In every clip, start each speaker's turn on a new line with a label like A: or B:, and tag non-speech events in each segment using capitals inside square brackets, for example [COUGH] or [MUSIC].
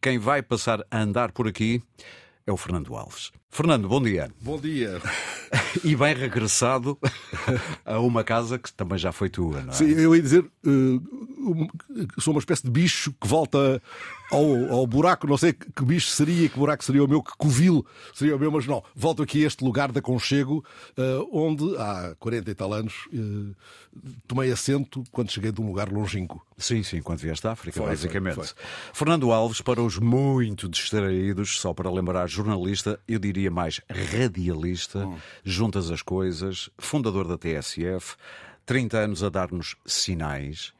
A: Quem vai passar a andar por aqui é o Fernando Alves. Fernando, bom dia.
B: Bom dia.
A: E bem regressado [LAUGHS] a uma casa que também já foi tua, não é?
B: Sim, eu ia dizer, eh, um, sou uma espécie de bicho que volta ao, ao buraco. Não sei que que bicho seria, que buraco seria o meu, que covil seria o meu, mas não. Volto aqui a este lugar de aconchego, eh, onde há 40 e tal anos eh, tomei assento quando cheguei de um lugar longínquo.
A: Sim, sim, quando vieste à África,
B: Foi,
A: basicamente.
B: foi,
A: Fernando Alves, para os muito distraídos, só para lembrar, jornalista, eu diria mais radialista, juntas as coisas, fundador da TSF, 30 anos a dar-nos sinais.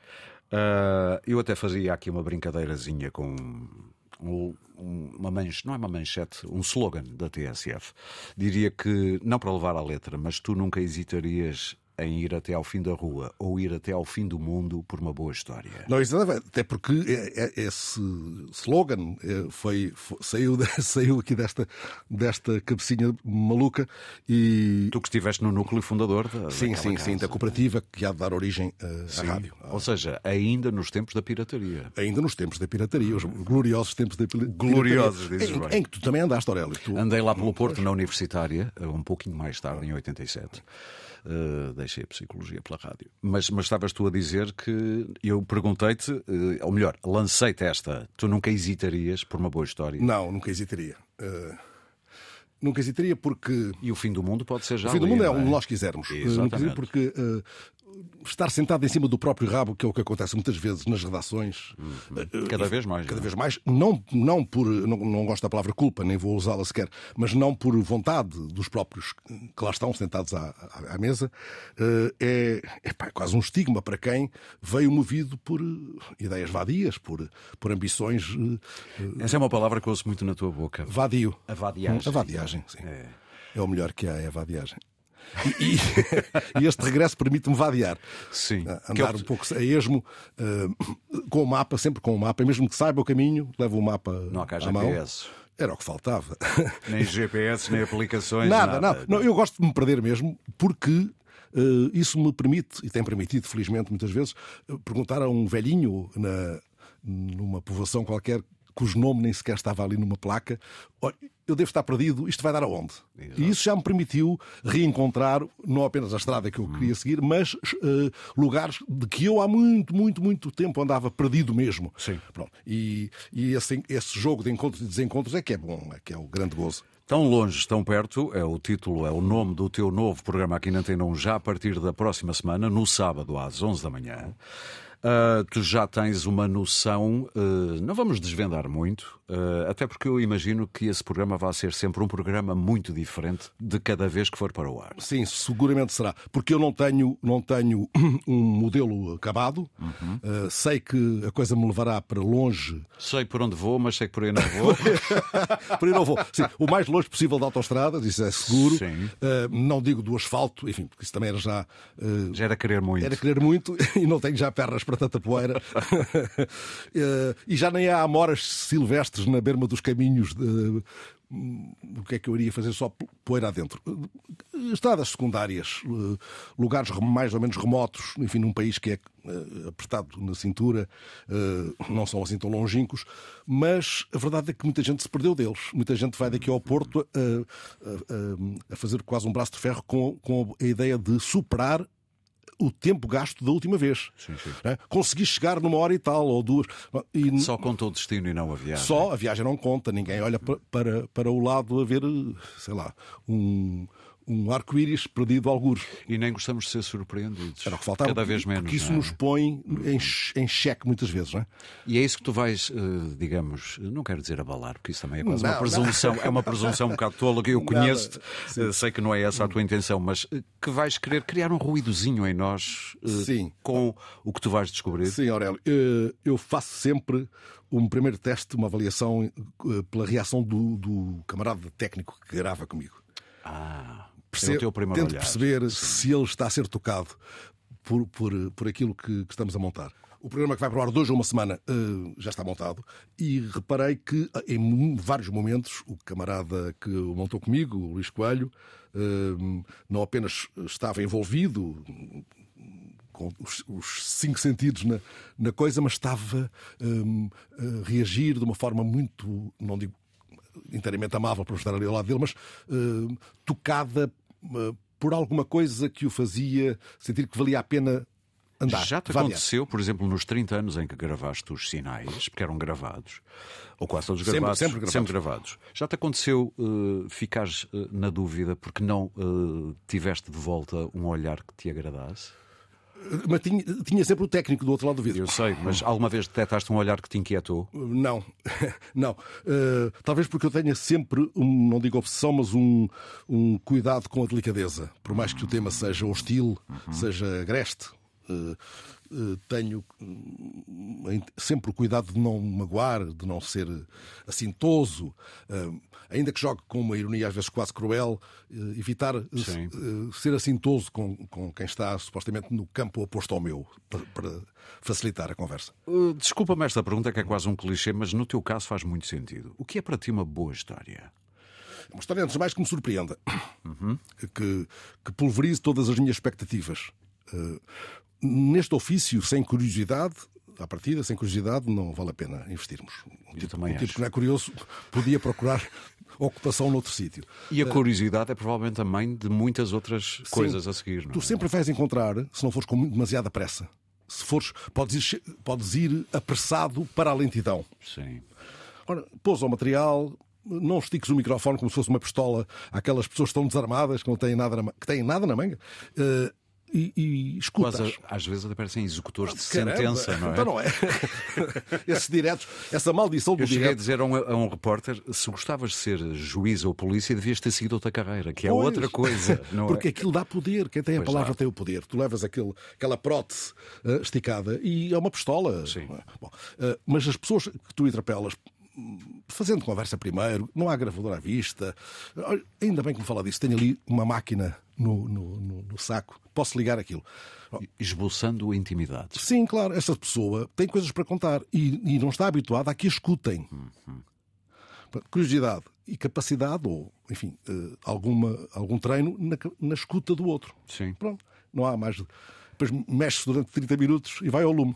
A: Ah, eu até fazia aqui uma brincadeirazinha com um- um- uma manchete, não é uma manchete, um slogan da TSF. Diria que, não para levar à letra, mas tu nunca hesitarias em ir até ao fim da rua ou ir até ao fim do mundo por uma boa história.
B: Não, isso nada a ver, até porque é- é- esse slogan é, foi, foi- saiu, de- [LAUGHS] saiu aqui desta, desta cabecinha maluca e,
A: Tu que estiveste no núcleo fundador da
B: Sim,
A: daquela
B: sim, sim,
A: casa.
B: da cooperativa que há de dar origem eh, à rádio.
A: Ou seja, ainda nos tempos da pirataria.
B: Ainda nos tempos da pirataria, os gloriosos tempos da pil- pirataria.
A: Gloriosos, dizes
B: em,
A: bem. Ah.
B: em que tu também andaste, Aurélio. Tu,
A: Andei lá pelo Porto na universitária, um pouquinho mais tarde, em 87. Uh, deixei a psicologia pela rádio. Mas, mas estavas tu a dizer que eu perguntei-te, eh, ou melhor, lancei-te esta. Tu nunca hesitarias por uma boa história.
B: Não, nunca hesitaria. Eh, nunca hesitaria porque
A: E o fim do mundo pode ser já.
B: o fim do
A: ali,
B: mundo é
A: não
B: onde nós quisermos. Eh, Nunca hesitaria
A: Exatamente.
B: porque eh, estar sentado em cima do próprio rabo, que é o que acontece muitas vezes nas redações,
A: Uhum.
B: eh,
A: Cada vez mais.
B: cada
A: não é?
B: vez mais, não, não por. Não, não gosto da palavra culpa, nem vou usá-la sequer, mas não por vontade dos próprios que lá estão sentados à, à- à mesa, eh, é, é pá, quase um estigma para quem veio movido por eh, ideias vadias, por, por ambições eh, eh,
A: Essa é uma palavra que ouço muito na tua boca.
B: vadio.
A: A vadiagem.
B: A vadiagem, sim.
A: É.
B: É o melhor que há, é a vadiagem. E, e- [LAUGHS] e este regresso permite-me vadiar.
A: Sim.
B: Ah,
A: Que é
B: Andar
A: o-
B: um pouco a esmo, ah, com o mapa, sempre com o mapa, e mesmo que saiba o caminho, leva o mapa
A: Não há cá
B: à mão.
A: GPS.
B: Era o que faltava. [LAUGHS]
A: Nem GPS, nem aplicações.
B: nada, nada. Não, é? eu gosto de me perder mesmo porque eh, isso me permite, e tem permitido, felizmente, muitas vezes, eh, perguntar a um velhinho na, numa povoação qualquer cujo nome nem sequer estava ali numa placa: "Olha, eu devo estar perdido, isto vai dar aonde? E isso já me permitiu reencontrar não apenas a estrada que eu queria seguir, mas eh, lugares de que eu há muito, muito, muito tempo andava perdido mesmo.
A: Sim.
B: Pronto. E, e esse, esse jogo de encontros e desencontros é que é bom, é que é o grande gozo.
A: Tão longe, tão perto é o título, é o nome do teu novo programa aqui na Antena 1, já a partir da próxima semana, no sábado às 11 da manhã. Ah, tu já tens uma noção, eh, não vamos desvendar muito, eh, até porque eu imagino que esse programa vai ser sempre um programa muito diferente de cada vez que for para o ar.
B: Sim, seguramente será. Porque eu não tenho, não tenho [CLEARS THROAT] um modelo acabado. Uh, sei que a coisa me levará para longe. [LAUGHS]
A: Sei por onde vou, mas sei que por aí não vou.
B: Por aí não vou. Sim, o mais longe possível da autostradas, isso é seguro.
A: Sim.
B: Uh, não digo do asfalto, enfim, porque isso também era já. uh,
A: já era querer muito.
B: era querer muito [LAUGHS] e não tenho já pernas para tanta poeira. [LAUGHS] Eh, e já nem há amoras silvestres na berma dos caminhos. de- hum, O que é que eu iria fazer só po- poeira adentro? Eh, Estradas secundárias, eh, lugares rem- mais ou menos remotos, enfim, num país que é eh, apertado na cintura, eh, não são assim tão longínquos, mas a verdade é que muita gente se perdeu deles. Muita gente vai daqui ao Porto eh, a, a- a fazer quase um braço de ferro com- com a ideia de superar o tempo gasto da última vez. Né? Consegui chegar numa hora e tal, ou duas. E n-
A: Só conta o destino e não a viagem.
B: só a viagem não conta, ninguém olha pa- para, para o lado a ver, sei lá, um, um arco-íris perdido algures.
A: E nem gostamos de ser surpreendidos.
B: Era o que faltava.
A: Cada vez menos.
B: Porque isso
A: não é?
B: nos põe em, che- em xeque muitas vezes, não é?
A: E é isso que tu vais, eh, digamos, não quero dizer abalar, porque isso também é quase
B: Não,
A: uma
B: não.
A: presunção, é uma presunção um bocado tola que
B: [LAUGHS]
A: eu conheço-te, eh, sei que não é essa a tua intenção, mas eh, que vais querer criar um ruídozinho em nós eh,
B: Sim.
A: com o que tu vais descobrir.
B: Sim, Aurélio, eh, eu faço sempre um primeiro teste, uma avaliação eh, pela reação do, do camarada técnico que grava comigo.
A: Ah, é
B: perce-
A: o teu primeiro
B: tento
A: olhar.
B: perceber se ele está a ser tocado por, por, por aquilo que, que estamos a montar. O programa que vai para o ar de hoje a uma semana eh, já está montado e reparei que eh, em mu- vários momentos o camarada que o montou comigo, o Luís Coelho, eh, não apenas estava envolvido com com os, os cinco sentidos na, na coisa, mas estava hum, a reagir de uma forma muito, não digo inteiramente amável para estar ali ao lado dele, mas hum, tocada hum, por alguma coisa que o fazia sentir que valia a pena andar.
A: Já te
B: vadear.
A: aconteceu, por exemplo, nos 30 anos em que gravaste os sinais, porque eram gravados, ou quase todos
B: Sempre-
A: gravados,
B: sempre gravados.
A: gravados. Já te aconteceu eh, ficares eh, na dúvida porque não eh, tiveste de volta um olhar que te agradasse?
B: Mas tinha, tinha sempre o técnico do outro lado do vidro.
A: Eu sei, mas alguma vez detectaste um olhar que te inquietou?
B: Não, [LAUGHS] não. Eh, talvez porque eu tenha sempre, um, não digo obsessão, mas um, um cuidado com a delicadeza. Por mais que o tema seja hostil, seja agreste, eh, eh, tenho hum, em- sempre o cuidado de não magoar, de não ser assintoso, eh, ainda que jogue com uma ironia às vezes quase cruel, eh, evitar eh,
A: Sim.
B: eh, ser assintoso com, com quem está supostamente no campo oposto ao meu, para- para facilitar a conversa.
A: Eh, Desculpa-me esta pergunta que é quase um clichê, mas no teu caso faz muito sentido. O que é para ti uma boa história?
B: Uma história, antes de mais, um que me surpreenda.
A: Uhum.
B: Que, que pulverize todas as minhas expectativas. Eh, neste ofício, sem curiosidade, à partida, sem curiosidade, não vale a pena investirmos. Um tipo,
A: também
B: um tipo
A: acho.
B: que não é curioso podia procurar [LAUGHS] ocupação noutro sítio.
A: E a curiosidade é provavelmente a mãe de muitas outras coisas a seguir, não
B: Tu
A: é?
B: sempre vais encontrar, se não fores com muito- demasiada pressa. Se fores, podes ir, che- podes ir apressado para a lentidão.
A: Sim.
B: Ora, pousa o material, não estiques o microfone como se fosse uma pistola àquelas pessoas que estão desarmadas, que não têm nada na, ma- que têm nada na manga, eh, e, e escutas.
A: Quase, uh, às vezes até parecem executores de
B: Caramba,
A: sentença, não é?
B: Então não é. [LAUGHS] Esses diretos, essa maldição do
A: Eu cheguei a
B: direto.
A: dizer a um, a um repórter: se gostavas de ser juiz ou polícia, devias ter seguido outra carreira, que é
B: Pois.
A: outra coisa.
B: [LAUGHS]
A: Não
B: Porque
A: é?
B: aquilo dá poder. Quem tem a palavra tem o poder. Tu levas aquele, aquela prótese eh, esticada e é uma pistola.
A: Sim.
B: Bom, eh, mas as pessoas que tu interpelas, hum, fazendo conversa primeiro, não há gravador à vista. Olha, Ainda bem que me fala disso. Tenho ali uma máquina no, no- no- no saco. Posso ligar aquilo.
A: Esboçando intimidades.
B: Sim, claro, essa pessoa tem coisas para contar e, e não está habituada a que a escutem.
A: Uhum.
B: Portanto, Curiosidade e capacidade, ou enfim, eh, alguma, algum treino na, ca- na escuta do outro.
A: Sim.
B: Pronto, não há mais. Depois mexe-se durante 30 minutos e vai ao lume.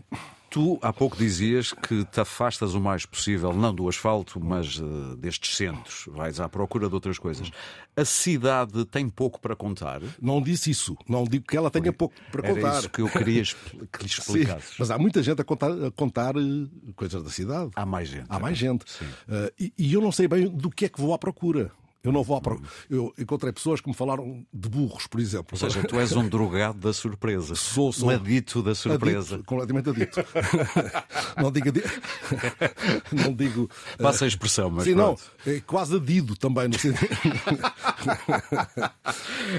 A: Tu há pouco dizias que te afastas o mais possível, não do asfalto, mas eh, destes centros. Vais à procura de outras coisas. A cidade tem pouco para contar.
B: Não disse isso, não digo que ela tenha pouco para contar.
A: Era isso que eu queria
B: [LAUGHS]
A: expl- que lhe
B: Sim,
A: explicasses.
B: mas há muita gente a contar, a contar eh, coisas da cidade.
A: Há mais gente.
B: Há mais gente. Ah, e, e eu não sei bem do que é que vou à procura. Eu não vou à
A: Hum.
B: procura. Eu encontrei pessoas que me falaram de burros, por exemplo.
A: Ou seja, tu és um drogado da surpresa.
B: Sou, sou.
A: Um adito da surpresa.
B: Adicto,
A: [LAUGHS]
B: completamente adicto. não digo. adi- [LAUGHS] Não digo. ah,
A: Passa a expressão, mas
B: Sim, não.
A: pronto.
B: É quase adido também. No sentido... [LAUGHS]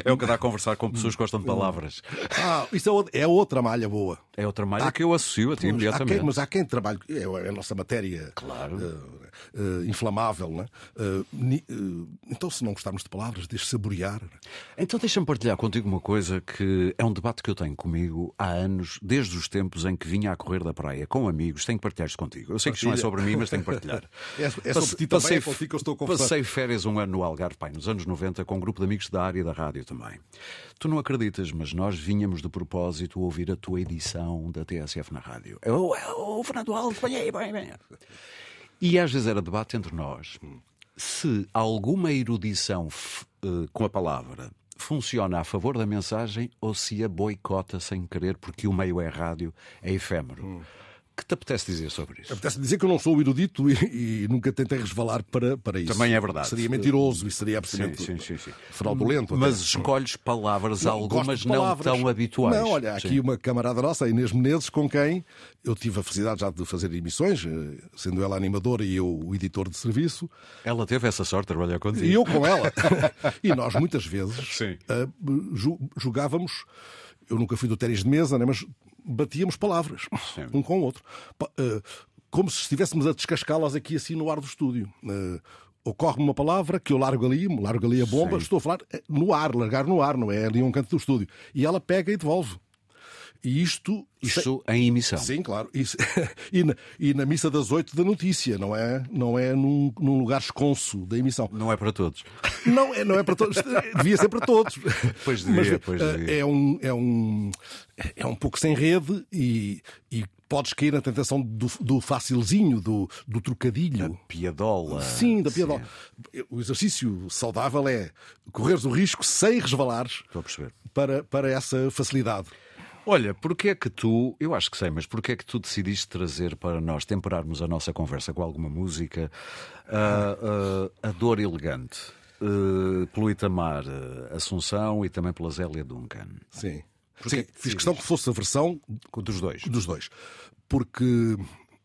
A: É o que dá a conversar com pessoas que gostam de palavras.
B: Ah, isso é o- é outra malha boa.
A: É outra malha que eu associo a ti
B: Mas há,
A: imediatamente.
B: quem, mas há quem trabalhe, é a nossa matéria eh, eh, inflamável, né? Eh, ni- eh, então, se não gostarmos de palavras, deixe saborear.
A: Então deixa-me partilhar contigo uma coisa que é um debate que eu tenho comigo há anos, desde os tempos em que vinha a correr da praia com amigos. Tenho que partilhar isto contigo. Eu sei que isto não é sobre mim, mas tenho que partilhar.
B: [LAUGHS] É- é sobre
A: Passe-
B: ti também, é contigo que eu estou a conversar.
A: Passei férias um ano no Algarve, pai, nos anos 90, com um grupo de amigos da área da rádio também. Tu não acreditas, mas nós vinhamos de propósito ouvir a tua edição da TSF na rádio. Eu, eu, o Fernando Alves, vem aí, vem, vem. E às vezes era debate entre nós se alguma erudição f- eh, com a palavra funciona a favor da mensagem ou se a boicota sem querer, porque o meio é rádio, é efêmero.
B: Hum.
A: Que te apetece dizer sobre isso?
B: Apetece dizer que eu não sou erudito e, e nunca tentei resvalar para, para isso.
A: Também é verdade.
B: Seria mentiroso e seria absolutamente
A: Sim, sim, sim, sim.
B: fraudulento. até.
A: Mas escolhes palavras,
B: Não, gosto
A: algumas
B: de
A: não
B: palavras.
A: tão habituais.
B: Não, olha, há
A: Sim.
B: aqui uma camarada nossa, a Inês Menezes, com quem eu tive a felicidade já de fazer emissões, eh, sendo ela animadora e eu o editor de serviço.
A: Ela teve essa sorte de trabalhar contigo.
B: E eu com [LAUGHS] ela. e nós muitas vezes
A: Sim.
B: ah, ju- jogávamos, eu nunca fui do ténis de mesa, né, mas batíamos palavras
A: Sim.
B: um com o outro. Pa- ah, como se estivéssemos a descascá-las aqui assim no ar do estúdio. Ah, Ocorre-me uma palavra que eu largo ali, largo ali a bomba, estou a falar eh, no ar, largar no ar, não é ali um canto do estúdio. E ela pega e devolve. E isto. é
A: Isto em emissão.
B: Sim, claro. [LAUGHS] Isso- e, na, e na missa das oito da notícia, não é, não é num, num lugar esconso da emissão.
A: Não é para todos.
B: Não é, não é para todos. Devia ser para todos.
A: Pois devia, pois
B: eh,
A: devia.
B: É um, é, um, é um pouco sem rede e, e podes cair na tentação do, do facilzinho, do, do trocadilho.
A: Piadola.
B: Sim, da piadola. O exercício saudável é correres o risco sem resvalares
A: Estou a perceber.
B: para, para essa facilidade.
A: Olha, porque é que tu, eu acho que sei, mas porque é que tu decidiste trazer para nós, temperarmos a nossa conversa com alguma música, ah, ah, a Dor Elegante, eh, pelo Itamar eh, Assunção e também pela Zélia Duncan?
B: Sim.
A: Porquê que
B: Sim, fiz
A: decides?
B: questão que fosse a versão
A: Dos dois.
B: dos dois. Porque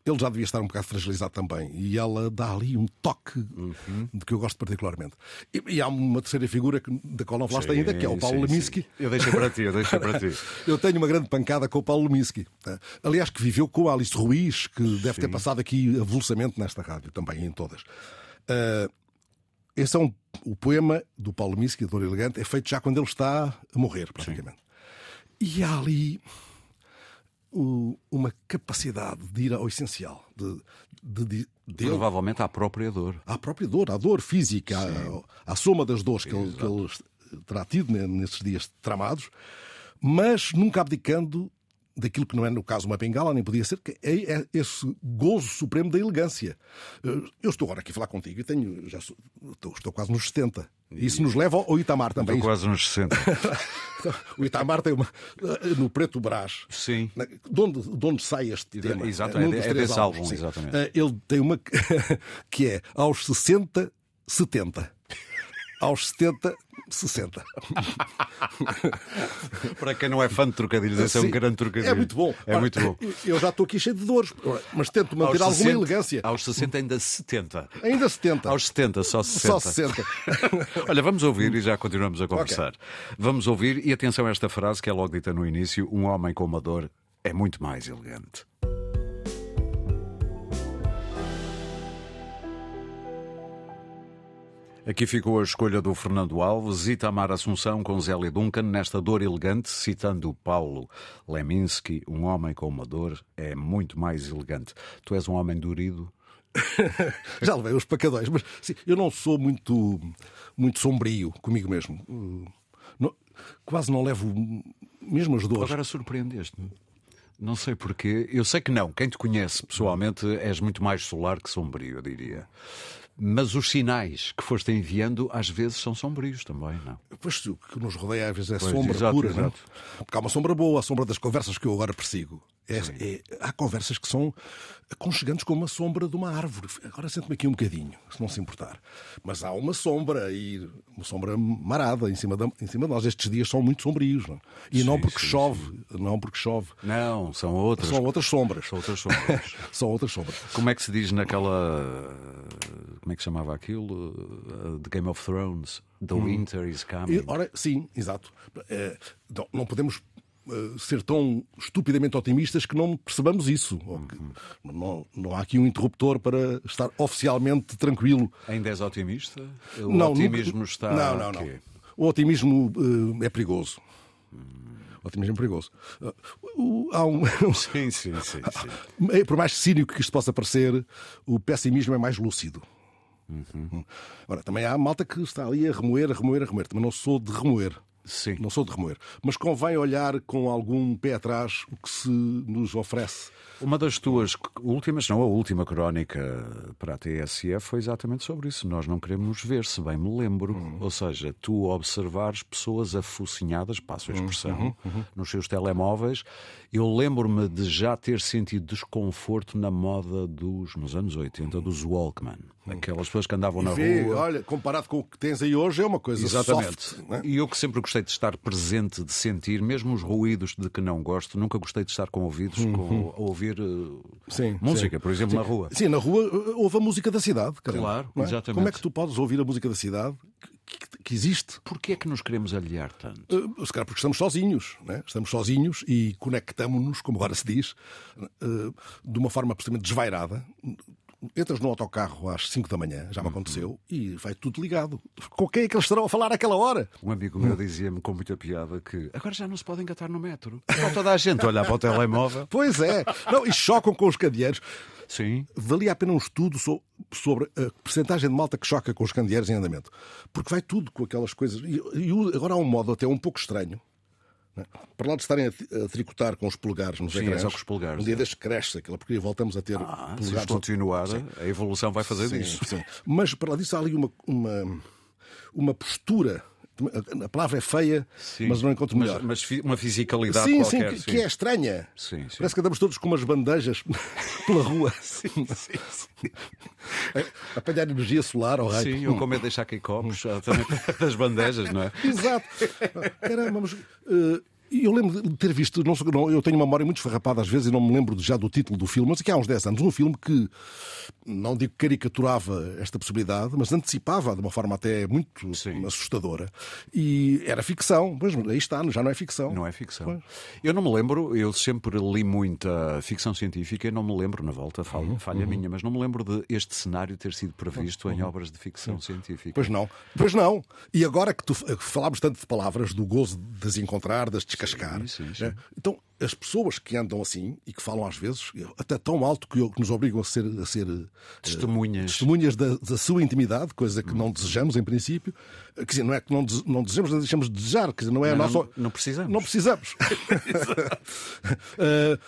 B: ele já devia estar um bocado fragilizado também. E ela dá ali um toque
A: Uhum.
B: de que eu gosto particularmente. E, e há uma terceira figura que, da qual não falaste ainda, que é o
A: Sim,
B: Paulo
A: sim,
B: Leminski.
A: sim. Eu deixei para ti, eu deixei para
B: [LAUGHS]
A: ti.
B: Eu tenho uma grande pancada com o Paulo Leminski. tá? Aliás, que viveu com a Alice Ruiz, que deve ter passado aqui avulsamente nesta rádio também, em todas. Ah, esse é um, o poema do Paulo Leminski, Dor Elegante, é feito já quando ele está a morrer, praticamente. E há ali o- uma capacidade de ir ao essencial, de, de, de, de ele
A: Provavelmente à própria dor.
B: à própria dor, à dor física, à, à soma das dores que ele, que ele terá tido ne- nesses dias tramados, mas nunca abdicando daquilo que não é, no caso, uma bengala, nem podia ser, que é é esse gozo supremo da elegância. Eh, Eu estou agora aqui a falar contigo e tenho, já sou- estou, estou quase nos 70. Isso nos leva ao Itamar também.
A: Estou quase nos
B: [LAUGHS]
A: 60.
B: O Itamar tem uma. eh, No Preto Brás.
A: Sim.
B: Na- De onde, de onde sai este tema?
A: exato,
B: eh, num
A: é de-
B: dos
A: é
B: três
A: desse
B: álbuns,
A: álbum,
B: sim.
A: exatamente.
B: Eh, Ele tem uma que- [LAUGHS] que é aos 60, 70. Aos 70, 60.
A: Para quem não é fã de trocadilhos, esse é um
B: Sim,
A: grande trocadilho.
B: É muito bom.
A: É
B: Ora,
A: muito bom.
B: Eu já estou aqui cheio de dores, mas tento manter alguma elegância.
A: Aos 60 ainda 70.
B: Ainda 70.
A: Aos 70, só 60.
B: Só 60.
A: [LAUGHS] Olha, vamos ouvir e já continuamos a conversar. Vamos ouvir, e atenção a esta frase que é logo dita no início: um homem com uma dor é muito mais elegante. Aqui ficou a escolha do Fernando Alves, Itamar Assunção com Zélia Duncan nesta dor elegante, citando o Paulo Leminski, um homem com uma dor é muito mais elegante. Tu és um homem durido?
B: [LAUGHS] Já levei os pacadões, um, mas sim, eu não sou muito, muito sombrio comigo mesmo. Uh, não- quase não levo hum, mesmo as dores.
A: Agora surpreendeste-me. Não sei porquê. Eu sei que não. Quem te conhece pessoalmente és muito mais solar que sombrio, eu diria. Mas os sinais que foste enviando às vezes são sombrios também, não?
B: Pois o que nos rodeia às vezes é
A: Pois,
B: sombra
A: exato,
B: pura,
A: exato.
B: não? Porque há uma sombra boa, a sombra das conversas que eu agora persigo. É- é- há conversas que são aconchegantes como a sombra de uma árvore. Agora sento-me aqui um bocadinho, se não se importar. Mas há uma sombra e uma sombra marada em cima, da- em cima de nós. Estes dias são muito sombrios, não? é? E não porque chove, não porque chove.
A: Não, são outras.
B: São outras sombras.
A: São outras
B: [LAUGHS]
A: sombras.
B: São outras sombras.
A: Como é que se diz naquela. Como é que se chamava aquilo? Uh, The Game of Thrones. The
B: Hum.
A: Winter is Coming.
B: E, ora, sim, exato. Eh, não, não podemos eh, ser tão estupidamente otimistas que não percebamos isso. Ou que
A: Uhum.
B: não, não há aqui um interruptor para estar oficialmente tranquilo.
A: Ainda és otimista? O
B: não,
A: otimismo
B: nunca-
A: está.
B: Não, não,
A: quê?
B: não. O otimismo eh, é perigoso.
A: Hum.
B: O otimismo é perigoso. Eh, o- há um- [LAUGHS] é,
A: Sim, sim, sim. sim.
B: Por mais cínico que isto possa parecer, o pessimismo é mais lúcido.
A: Uhum.
B: Hum. Ora, também há malta que está ali a remoer, a remoer, a remoer. Também não sou de remoer.
A: [LAUGHS] Sim.
B: Não sou de remoer. Mas convém olhar com algum pé atrás o que se nos oferece.
A: Uma das tuas últimas, não a última crónica para a TSF foi exatamente sobre isso. Nós não queremos nos ver, se bem me lembro. Ou seja, tu observares pessoas afocinhadas, passo a expressão, nos seus telemóveis. Eu lembro-me de já ter sentido desconforto na moda dos, nos anos 80, dos Walkman. Aquelas pessoas que andavam na
B: Vê,
A: rua.
B: olha, comparado com o que tens aí hoje, é uma coisa
A: Exatamente.
B: soft. não é?
A: E eu que sempre gostei de estar presente, de sentir, mesmo os ruídos de que não gosto, nunca gostei de estar com ouvidos, com, a ouvir eh,
B: Uhum. Sim,
A: música,
B: sim.
A: por exemplo, na rua.
B: Sim, na rua uh, ouve a música da cidade. caramba,
A: Claro,
B: não é?
A: exatamente.
B: Como é que tu podes ouvir a música da cidade que, que- que existe?
A: Porquê é que nos queremos aliar tanto?
B: Uh, Se calhar porque estamos sozinhos, né? estamos sozinhos eh, e conectamos-nos, como agora se diz, uh, de uma forma absolutamente desvairada. entras no autocarro às 5 da manhã,
A: Uhum.
B: já me aconteceu, e vai tudo ligado. Com quem é que eles estarão a falar àquela hora?
A: Um amigo
B: Hum.
A: meu dizia-me com muita piada que agora já não se pode engatar no metro. Só toda a gente olhar para o telemóvel.
B: Pois é. Não, e chocam com os candeeiros.
A: Sim.
B: Valia a pena um estudo so- sobre a percentagem de malta que choca com os candeeiros em andamento. Porque vai tudo com aquelas coisas. E, e o- agora há um modo até um pouco estranho. não é? Para lá de estarem a, ti- a tricotar com os polegares nos
A: Sim,
B: ecrãs,
A: é só com os polegares,
B: Um dia
A: é.
B: deste cresce aquela porcaria, voltamos a ter
A: Ah, se
B: polegares.
A: isto continuar, a evolução vai fazer
B: Sim,
A: disso.
B: sim. Mas para lá disso há ali uma, uma, uma postura. A palavra é feia,
A: Sim.
B: mas não encontro melhor.
A: Mas, mas fi- uma fisicalidade
B: Sim, sim,
A: qualquer.
B: que, que é estranha.
A: Sim, sim.
B: Parece que andamos todos com umas bandejas [LAUGHS]
A: [LAUGHS]
B: pela rua. A Apanhar energia solar oh, ao raio.
A: Sim, eu como é deixar aqui
B: Hum.
A: copos ah, também [LAUGHS] das bandejas, não é?
B: Exato. Caramba, mas. eh, eu lembro de ter visto, não, sei- não, eu tenho uma memória muito esfarrapada às vezes e não me lembro já do título do filme, mas aqui há uns 10 anos, um filme que, não digo que caricaturava esta possibilidade, mas antecipava de uma forma até muito
A: Sim.
B: assustadora. E era ficção, mas aí está, já não é ficção.
A: Não é ficção. Eu não me lembro, eu sempre li muita ficção científica e não me lembro, na volta, falha,
B: Uhum,
A: falha minha, mas não me lembro de este cenário ter sido previsto em obras de ficção científica.
B: Uhum. Pois não, pois não. E agora que tu que falámos tanto de palavras, do gozo de as encontrar, de as descascar.
A: Sim, sim, sim.
B: né? Então, as pessoas que andam assim e que falam às vezes, eh, até tão alto que, que nos obrigam a ser, a ser eh,
A: Testemunhas. Uhum.
B: testemunhas da, da sua intimidade, coisa que não desejamos em princípio. Quer dizer, não é que não, dese- não desejamos, não deixamos de desejar, quer dizer, não é a
A: Não,
B: nossa.
A: não precisamos. [LAUGHS]
B: Não precisamos. Eh,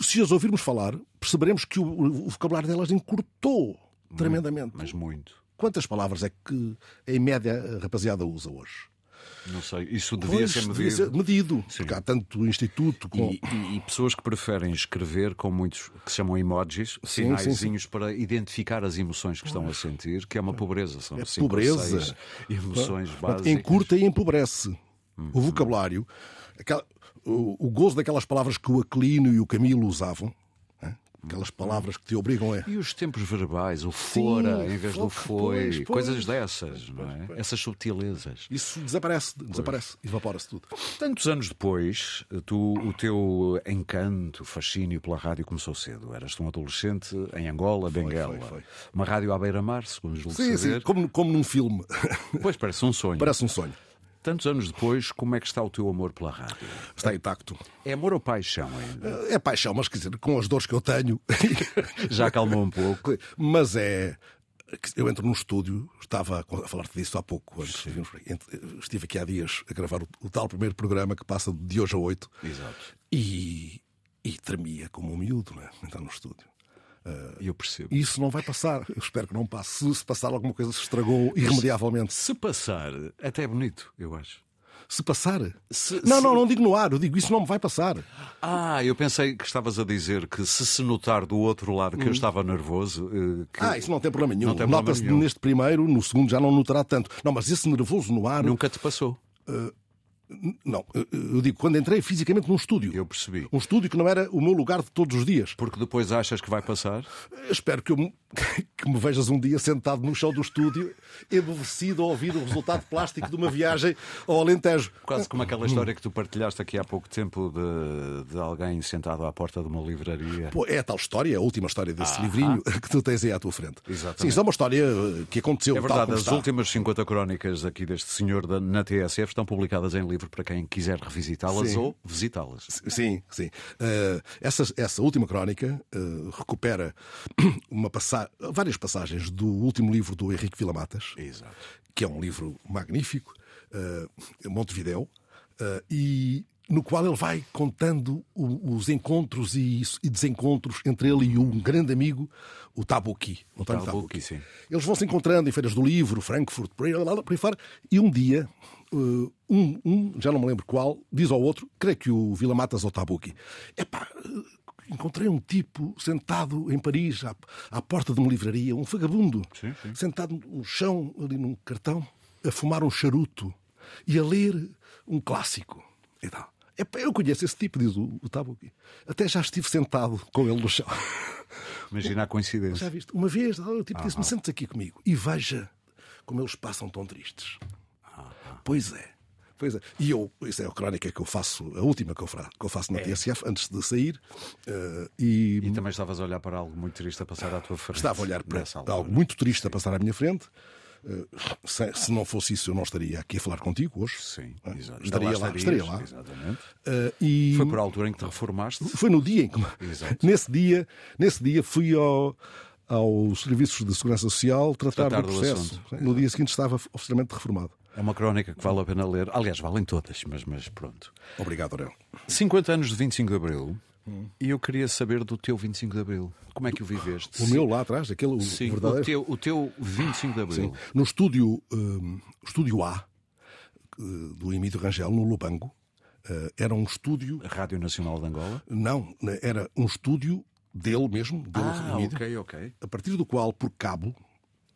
B: se as ouvirmos falar, perceberemos que o, o vocabulário delas encurtou tremendamente.
A: Hum, Mas muito.
B: Quantas palavras é que, em média, a rapaziada usa hoje?
A: Não sei, isso devia
B: Pois,
A: ser medido.
B: devia ser medido, porque há tanto instituto com.
A: E, e- e pessoas que preferem escrever com muitos que se chamam emojis,
B: Sim,
A: sinaizinhos para identificar as emoções que estão a sentir, que é uma pobreza. São cinco ou
B: pobreza.
A: seis emoções
B: Portanto,
A: básicas.
B: encurta e empobrece o vocabulário. Aquela- o, o gozo daquelas palavras que o Aquilino e o Camilo usavam, né? aquelas palavras que te obrigam é, a.
A: E os tempos verbais, o fora em vez do foi,
B: pois, pois.
A: coisas dessas, não é? Essas subtilezas.
B: Isso desaparece, desaparece, evapora-se tudo.
A: Tantos anos depois, tu, o teu encanto, fascínio pela rádio começou cedo. Eras um adolescente em Angola, Benguela.
B: foi, foi.
A: Uma rádio à beira-mar, segundo julgo
B: Sim, sim,
A: saber.
B: como, como num filme. [LAUGHS]
A: Pois parece um sonho.
B: Parece um sonho.
A: Tantos anos depois, como é que está o teu amor pela rádio?
B: Está intacto.
A: É amor ou paixão ainda? [LAUGHS]
B: É paixão, mas quer dizer, com as dores que eu tenho, [LAUGHS]
A: Já acalmou um pouco.
B: Mas é. Eu entro num estúdio, estava a falar-te disso há pouco, antes de virmos por aí. Ent- estive aqui há dias a gravar o, o tal primeiro programa que passa de hoje a oito
A: Exato.
B: e, e tremia como um miúdo, né? Entrar no estúdio.
A: Eu percebo.
B: E isso não vai passar, eu espero que não passe. Se, se passar alguma coisa, se estragou irremediavelmente.
A: Se passar, até é bonito, eu acho.
B: Se passar.
A: Se-
B: não,
A: se-
B: não, não digo no ar, eu digo isso não me vai passar.
A: Ah, eu pensei que estavas a dizer que se se notar do outro lado que eu estava nervoso, eh, que
B: Hum. Ah, isso não tem problema nenhum.
A: Não tem problema
B: Nota-se
A: nenhum.
B: neste primeiro, no segundo já não notará tanto. Não, mas esse nervoso no ar.
A: nunca te passou.
B: Não, eu- eu digo, quando entrei fisicamente num estúdio.
A: Eu percebi.
B: Um estúdio que não era o meu lugar de todos os dias.
A: Porque depois achas que vai passar?
B: Espero que, eu me, [LAUGHS] que me vejas um dia sentado no chão do estúdio, embevecido a ouvir o resultado plástico de uma viagem ao Alentejo.
A: Quase como
B: Hum.
A: aquela história que tu partilhaste aqui há pouco tempo de, de alguém sentado à porta de uma livraria.
B: Pô, é a tal história, a última história desse livrinho [LAUGHS] que tu tens aí à tua frente.
A: Ah. Exatamente.
B: Sim, isso é uma história eh, que aconteceu.
A: É
B: tal
A: verdade,
B: como
A: as
B: está.
A: últimas 50 crónicas aqui deste senhor da- na TSF estão publicadas em livro para quem quiser revisitá-las
B: Sim.
A: ou visitá-las.
B: Sim, sim. Eh, essa, essa última crónica eh, recupera [CLEARS THROAT] uma passa- várias passagens do último livro do Henrique Vilamatas.
A: Exato.
B: que é um livro magnífico, eh, Montevidéu, eh, e no qual ele vai contando o- os encontros e, e desencontros entre ele e um grande amigo, o Tabuki. António
A: Tabucchi,
B: Tabuki,
A: sim.
B: Eles vão se encontrando em feiras do livro, Frankfurt, por aí, lá, lá, por aí fora, e um dia, eh, um, um, já não me lembro qual, diz ao outro, creio que o Vila Matas ou Tabuki, epá, eh, encontrei um tipo sentado em Paris, à, à porta de uma livraria, um vagabundo,
A: Sim, sim.
B: sentado no chão, ali num cartão, a fumar um charuto e a ler um clássico. E tal. Epá, eu conheço esse tipo, diz o, o Tabuki. Até já estive sentado com ele no chão. [LAUGHS]
A: Imagina a coincidência.
B: Já viste? Uma vez, o tipo
A: Ah.
B: disse-me: sentes
A: Ah,
B: aqui comigo e veja como eles passam tão tristes. Pois é. Pois é. E eu, isso é a crónica que eu faço, a última que eu, fra- que eu faço na TSF, antes de sair. eh, e
A: É. E também estavas a olhar para algo muito triste a passar à tua frente.
B: estava a olhar para
A: nessa altura.
B: algo muito triste a passar à minha frente. Eh, Se, se não fosse isso, eu não estaria aqui a falar contigo hoje.
A: Sim,
B: Ah,
A: exato.
B: Estaria lá,
A: Estarias,
B: estaria lá.
A: Exatamente.
B: Eh, e
A: Foi por altura em que te reformaste?
B: foi no dia em que.
A: Exato.
B: Nesse dia, nesse dia fui ao, aos Serviços de Segurança Social tratar,
A: Tratar
B: do
A: do
B: processo.
A: assunto.
B: no dia seguinte estava oficialmente reformado.
A: É uma crónica que vale a pena ler. Aliás, valem todas, mas, mas pronto.
B: Obrigado, Aurel.
A: 50 anos de 25 de Abril. E eu queria saber do teu 25 de Abril. Como é que o viveste?
B: O meu lá atrás, aquele o
A: Sim, o
B: verdadeiro.
A: teu, o teu 25 de Abril.
B: No estúdio, hum, estúdio A, eh, do Emílio Rangel, no Lubango, eh, era um estúdio.
A: A Rádio Nacional de Angola.
B: Não, era um estúdio dele mesmo, dele Emílio,
A: Ah, ok, ok.
B: a partir do qual, por cabo,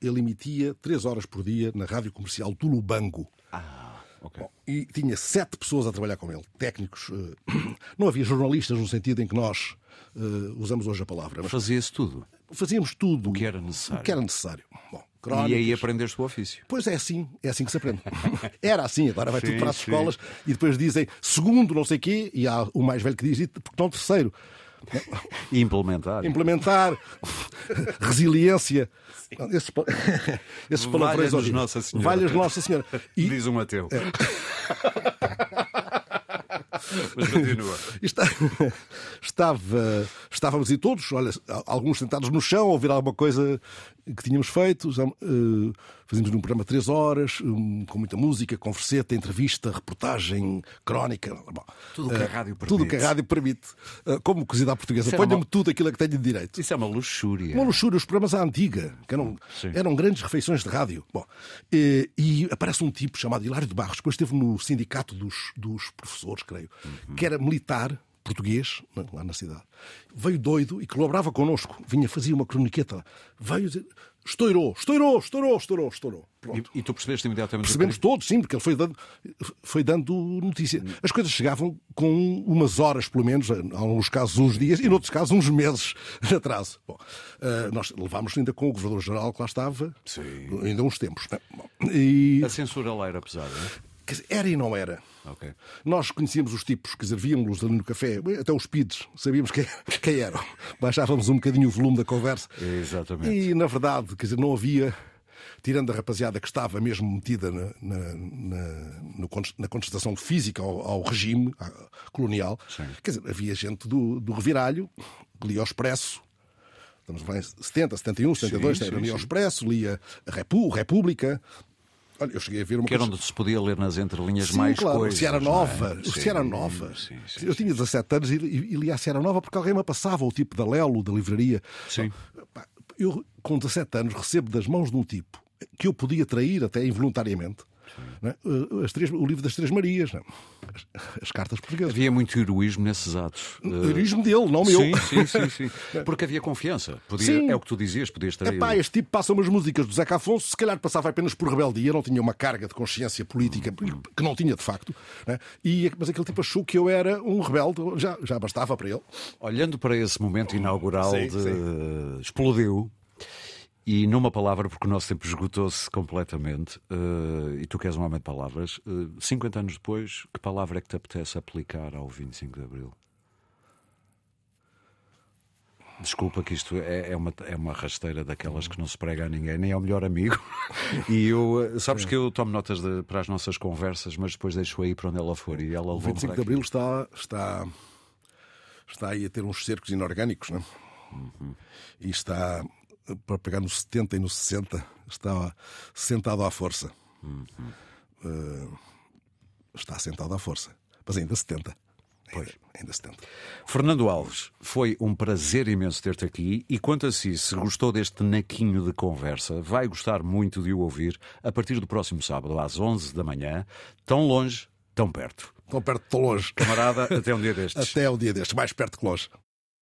B: ele emitia três horas por dia na rádio comercial do Lubango.
A: Ah, ok.
B: e tinha sete pessoas a trabalhar com ele, técnicos. eh, [CLEARS THROAT] Não havia jornalistas no sentido em que nós eh, usamos hoje a palavra, mas
A: Fazia-se tudo.
B: fazíamos tudo o
A: que era necessário.
B: o que era necessário. Bom,
A: E
B: crónica.
A: aí aprendeste o ofício.
B: Pois é assim, é assim que se aprende. [LAUGHS] Era assim, agora vai
A: Sim,
B: tudo para as
A: sim.
B: escolas e depois dizem segundo, não sei quê, e há o mais velho que diz, "E porque não terceiro.
A: E implementar.
B: Implementar, [LAUGHS] resiliência. Esses, pa- [LAUGHS] esses palavrões
A: Valha-nos
B: hoje.
A: Nossa Senhora.
B: Valhas Nossa Senhora. E- É.
A: Diz um ateu. [LAUGHS] mas continua.
B: Está- estava, estávamos aí todos, olha, alguns sentados no chão, a ouvir alguma coisa que tínhamos feito. Já, eh, fazíamos um programa de três horas, hum, com muita música, converseta, entrevista, reportagem, crónica. Bom,
A: Tudo o que a
B: eh,
A: rádio
B: Tudo o que a
A: permite.
B: rádio permite. Eh, como cozida à portuguesa,
A: Isso era
B: ponha-me
A: uma-
B: tudo aquilo a que tenho de direito.
A: Isso é uma luxúria.
B: Uma luxúria, os programas à antiga, que eram,
A: Sim.
B: eram grandes refeições de rádio. Bom, eh, e aparece um tipo chamado Hilário de Barros, depois esteve no sindicato dos, dos professores, creio, que era militar português, na- lá na cidade. Veio doido e colaborava connosco. Vinha, fazia uma croniqueta. Veio dizer, estourou, estourou, estourou, estourou, estourou. Pronto.
A: E, e tu percebeste imediatamente. o que-
B: Percebemos todos, sim, porque ele foi dando, foi dando notícia. As coisas chegavam com umas horas, pelo menos, em alguns casos uns dias, e noutros casos uns meses de atraso. Bom, eh, nós levámos ainda com o Governador-Geral que lá estava,
A: Sim.
B: ainda uns tempos. né? Bom, e,
A: A censura lá era pesada. não
B: quer dizer, era e não era.
A: é? Ok.
B: Nós conhecíamos os tipos, quer dizer, víamos-los ali no café, até os PIDs, sabíamos quem, [LAUGHS] quem eram. Baixávamos um bocadinho o volume da conversa.
A: Exatamente.
B: E, na verdade, quer dizer, não havia, tirando a rapaziada que estava mesmo metida na, na, na, no con- na contestação física ao, ao regime à- colonial, quer dizer, havia gente do, do Reviralho, que lia o Expresso, estamos lá em 70, 71, 72,
A: Sim,
B: era
A: sim,
B: lia o
A: sim.
B: Expresso, lia a Repu, República. Olha, eu cheguei a ver uma
A: Que era onde se podia ler nas entrelinhas
B: Sim,
A: mais
B: claro,
A: coisas.
B: se era
A: não é?
B: nova,
A: Sim,
B: se era nova.
A: Sim, sim.
B: eu tinha 17 anos e, e, e lia a Serra Nova porque alguém me passava o tipo da Lelo, da livraria.
A: Sim.
B: Pá, Eu, com 17 anos, recebo das mãos de um tipo que eu podia trair até involuntariamente não é? As três- o livro das Três Marias, não é? as, as cartas portuguesas.
A: Havia muito heroísmo nesses atos.
B: O heroísmo dele, não meu.
A: Eh, Sim, sim, sim, sim. Porque havia confiança. Podia,
B: Sim.
A: É o que tu dizias, podias ter.
B: Epá,
A: ido.
B: este tipo passa umas músicas do Zeca Afonso, se calhar passava apenas por rebeldia, não tinha uma carga de consciência política, que não tinha de facto. né? E, mas aquele tipo achou que eu era um rebelde, já, já bastava para ele.
A: Olhando para esse momento inaugural
B: Sim,
A: de- explodiu. E numa palavra, porque o nosso tempo esgotou-se completamente, eh, e tu que és um homem de palavras, eh, 50 anos depois, que palavra é que te apetece aplicar ao 25 de Abril? Desculpa que isto é, é uma, é uma rasteira daquelas que não se prega a ninguém, nem ao melhor
B: [LAUGHS]
A: amigo. E eu, eh, sabes que eu tomo notas de- para as nossas conversas, mas depois deixo aí para onde ela for e ela
B: O
A: levou
B: 25 de Abril está, está, está aí a ter uns cercos inorgânicos, não é? E está, para pegar no 70 e no 60, está sentado à força. Uhum. Eh, está sentado à força. Mas ainda 70. Pois. Ainda, ainda 70.
A: Fernando Alves, foi um prazer imenso ter-te aqui e quanto a si, se gostou deste naquinho de conversa, vai gostar muito de o ouvir a partir do próximo sábado às 11 da manhã, tão longe, tão perto.
B: Tão perto, tão longe. [LAUGHS]
A: Camarada, até um dia destes.
B: Até o dia deste, mais perto que longe.